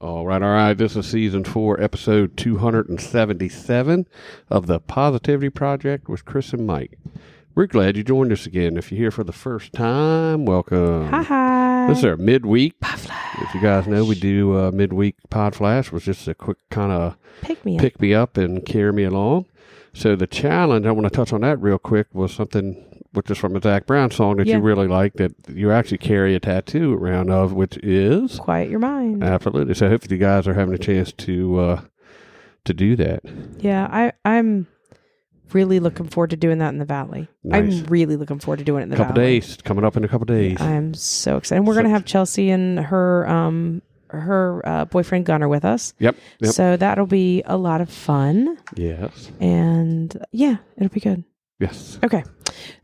All right, all right. This is season four, episode 277 of the Positivity Project with Chris and Mike. We're glad you joined us again. If you're here for the first time, welcome. Hi, hi. This is our midweek. If you guys know, we do uh, midweek pod flash, which is just a quick kind of Pick me up. pick me up and carry me along. So the challenge I want to touch on that real quick was something which is from a Zach Brown song that Yeah. you really like that you actually carry a tattoo around of, which is Quiet your Uh, mind. Absolutely. So hopefully you guys are having a chance to uh to do that. yeah, I, I'm really looking forward to doing that in the valley. Nice. I'm really looking forward to doing it in A the couple valley. days coming up in a couple days. I'm so excited. And We're gonna So- have Chelsea and her um her uh, boyfriend Gunnar with us. yep. Yep. So that'll be a lot of fun. yes. And yeah, it'll be good. Yes. Okay.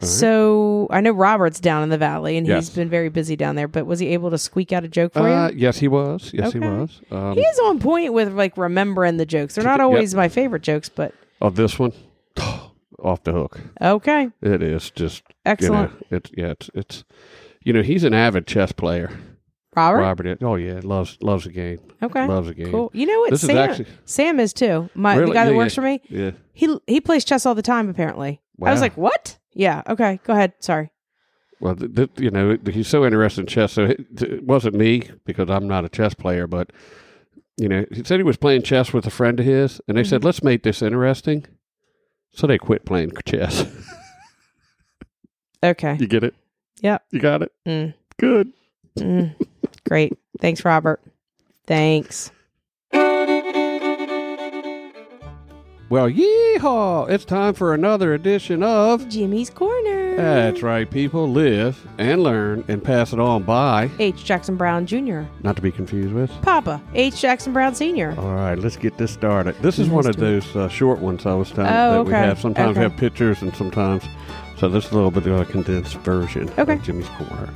So I know Robert's down in the valley and Yes. he's been very busy down there, but was he able to squeak out a joke for Uh, you? yes, he was. Yes, he Okay. was. Um, He is on point with like remembering the jokes. They're not Yep. always my favorite jokes, but oh, this one, off the hook. okay. It is just Excellent. You know, it's yeah, it's it's. You know, he's an avid chess player. Robert? Robert. is- Oh yeah, loves loves the game. Okay. Loves the game. Cool. You know what? This is Sam, actually- Sam is too. My Really? the guy that Yeah, works yeah. for me. Yeah. He he plays chess all the time. Apparently, I was Wow. like, what? Yeah. Okay. Go ahead. Sorry. Well, th- th- you know, he's so interested in chess. So it, it wasn't me because I'm not a chess player, but you know, he said he was playing chess with a friend of his, and they Mm-hmm. said, "Let's make this interesting." So they quit playing chess. Okay. you get it? Yep. You got it. Mm. Good. Mm. Great. Thanks, Robert. Thanks. Well, yeehaw! It's time for another edition of. Jimmy's corner. That's right, people live and learn and pass it on by, H. Jackson Brown Jr. not to be confused with. Papa. H. Jackson Brown Sr. All right, let's get this started. This is one of those uh, short ones I was telling that Oh, we okay. have. Sometimes we Okay. have pictures, and sometimes so this is a little bit of a condensed version Okay. of Jimmy's Corner.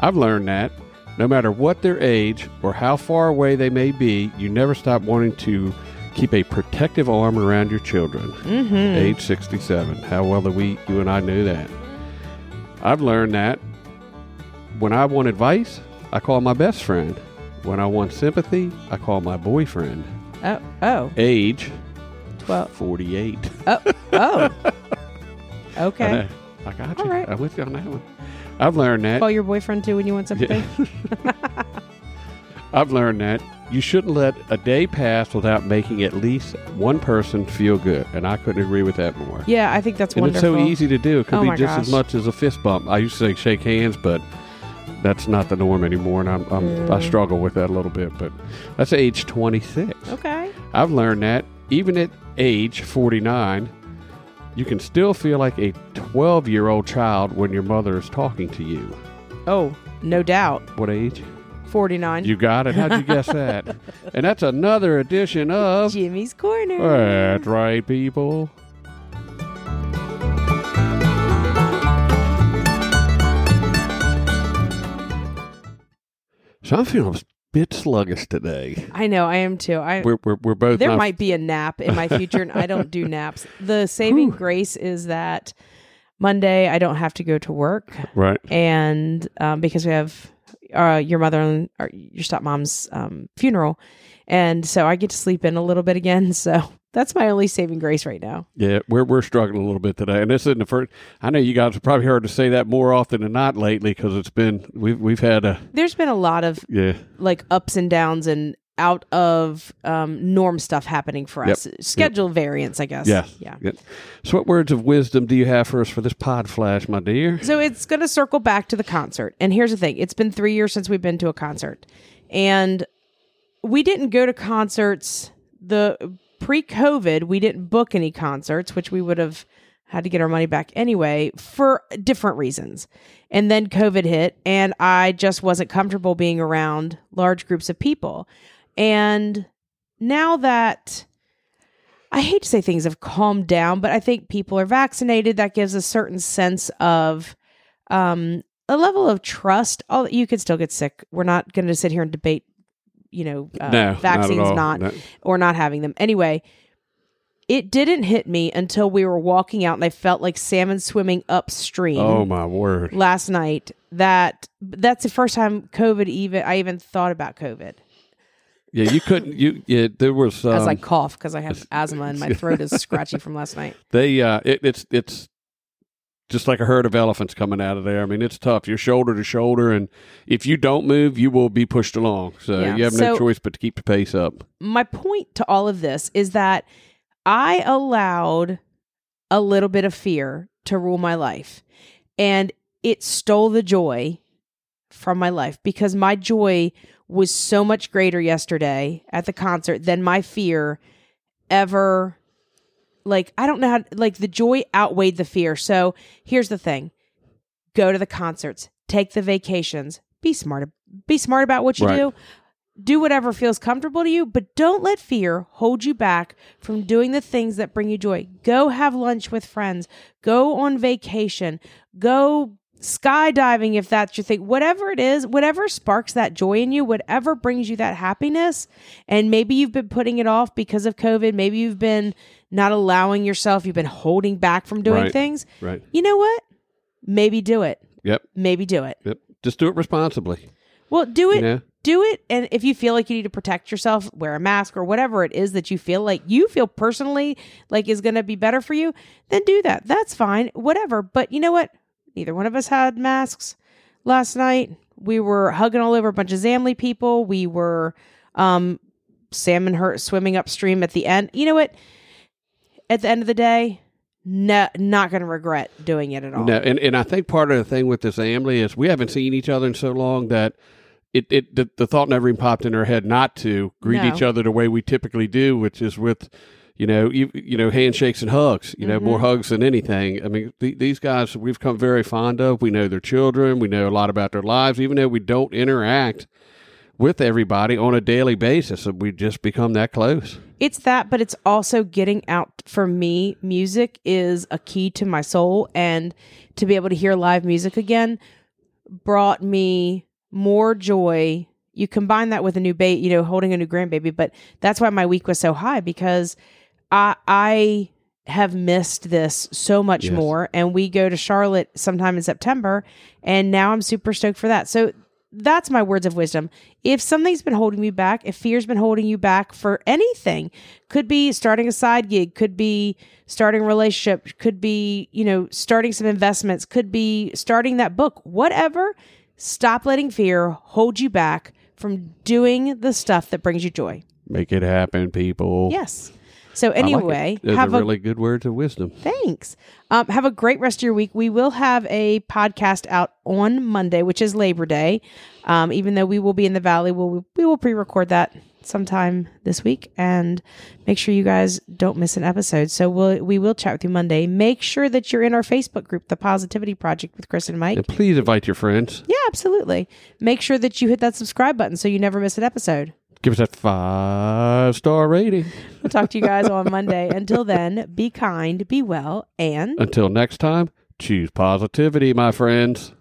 I've learned that no matter what their age or how far away they may be, you never stop wanting to keep a protective arm around your children. Mm-hmm. Age sixty-seven. How well do we, you and I, knew that? I've learned that when I want advice, I call my best friend. When I want sympathy, I call my boyfriend. Oh. Oh. Age Twelve. 48. Oh. Oh. Okay. I got you. All right. I'm with you on that one. I've learned that. Call your boyfriend too when you want something. I've learned that you shouldn't let a day pass without making at least one person feel good. And I couldn't agree with that more. Yeah, I think that's and wonderful. it's so easy to do. It could Oh be my just as gosh. much as a fist bump. I used to say shake hands, but that's not the norm anymore. And I'm, I'm, I Mm. struggle with that a little bit. But that's age 26. Okay. I've learned that even at age 49, you can still feel like a 12 year old child when your mother is talking to you. Oh, no doubt. What age? 49. You got it. How'd you guess that? And that's another edition of. Jimmy's Corner. That's right, people. So I'm feeling a bit sluggish today. I know, I am too. I We're, we're, we're both there not might be a nap in my future and I don't do naps. The saving grace is that Monday I don't have to go to work right. and um, because we have uh, your mother and or your stepmom's um, funeral and so I get to sleep in a little bit again. So that's my only saving grace right now. Yeah, we're we're struggling a little bit today, and this isn't the first. I know you guys have probably heard us say that more often than not lately because it's been we've we've had a There's been a lot of yeah like ups and downs and out of um, norm stuff happening for Yep. us. Schedule variance, I guess. yeah Yeah. So, what words of wisdom do you have for us for this pod flash, my dear? So it's going to circle back to the concert. And here's the thing it's been three years since we've been to a concert. And we didn't go to concerts the pre COVID, we didn't book any concerts, which we would have had to get our money back anyway for different reasons. And then COVID hit, and I just wasn't comfortable being around large groups of people. And now that I hate to say things have calmed down, but I think people are vaccinated. That gives a certain sense of um, a level of trust. All you could still get sick. We're not going to sit here and debate, you know, uh, no, vaccines not, at all. not That- or not having them. Anyway, it didn't hit me until we were walking out and I felt like salmon swimming upstream oh my word! last night that that's the first time COVID even I even thought about COVID. Yeah, you couldn't. You yeah, there was. Um, As I cough because I have asthma and my throat is scratchy from last night. they uh, it, it's it's just like a herd of elephants coming out of there. I mean, it's tough. You're shoulder to shoulder, and if you don't move, you will be pushed along. So Yeah. you have no So- choice but to keep the pace up. my point to all of this is that I allowed a little bit of fear to rule my life and it stole the joy from my life because my joy was so much greater yesterday at the concert than my fear ever like I don't know how like the joy outweighed the fear. So here's the thing. Go to the concerts, take the vacations, be smart be smart about what you Right. do. Do whatever feels comfortable to you, but don't let fear hold you back from doing the things that bring you joy. Go have lunch with friends, go on vacation, go skydiving if that's your thing. Whatever it is, whatever sparks that joy in you, whatever brings you that happiness. And maybe you've been putting it off because of COVID, maybe you've been not allowing yourself, you've been holding back from doing Right. things. Right. You know what? Maybe do it. Yep. Maybe do it. Yep. Just do it responsibly. Well, do it. You know. Do it. And if you feel like you need to protect yourself, wear a mask or whatever it is that you feel like you feel personally like is going to be better for you, then do that. That's fine. Whatever. But you know what? Neither one of us had masks last night. We were hugging all over a bunch of Zamley people. We were um, salmon hurt swimming upstream at the end. You know what? At the end of the day, no, not going to regret doing it at all. No, and, and I think part of the thing with this Amley is we haven't seen each other in so long that it, it the, the thought never even popped in our head not to greet No. each other the way we typically do, which is with you know you, you know handshakes and hugs, you know more Mm-hmm. hugs than anything. I mean th- these guys we've come very fond of. We know their children, we know a lot about their lives, even though we don't interact with everybody on a daily basis. We just become that close. It's that, but it's also getting out for me. Music is a key to my soul, and to be able to hear live music again brought me more joy. You combine that with a new baby, you know, holding a new grandbaby, but that's why my week was so high because I I have missed this so much Yes. more. And we go to Charlotte sometime in September, and now I'm super stoked for that. So that's my words of wisdom. If something's been holding me back, if fear's been holding you back for anything, could be starting a side gig, could be starting a relationship, could be, you know, starting some investments, could be starting that book, whatever, stop letting fear hold you back from doing the stuff that brings you joy. Make it happen, people. Yes. So I like it. anyway, those have are a really good words of wisdom. Thanks. Um, have a great rest of your week. We will have a podcast out on Monday, which is Labor Day. Um, even though we will be in the valley, we'll, we will pre-record that sometime this week and make sure you guys don't miss an episode. So we'll we will chat with you Monday. Make sure that you're in our Facebook group, The Positivity Project with Chris and Mike. And please invite your friends. Yeah, absolutely. Make sure that you hit that subscribe button so you never miss an episode. Give us that five star rating. We'll talk to you guys on Monday. Until then, be kind, be well, and Until next time, choose positivity, my friends.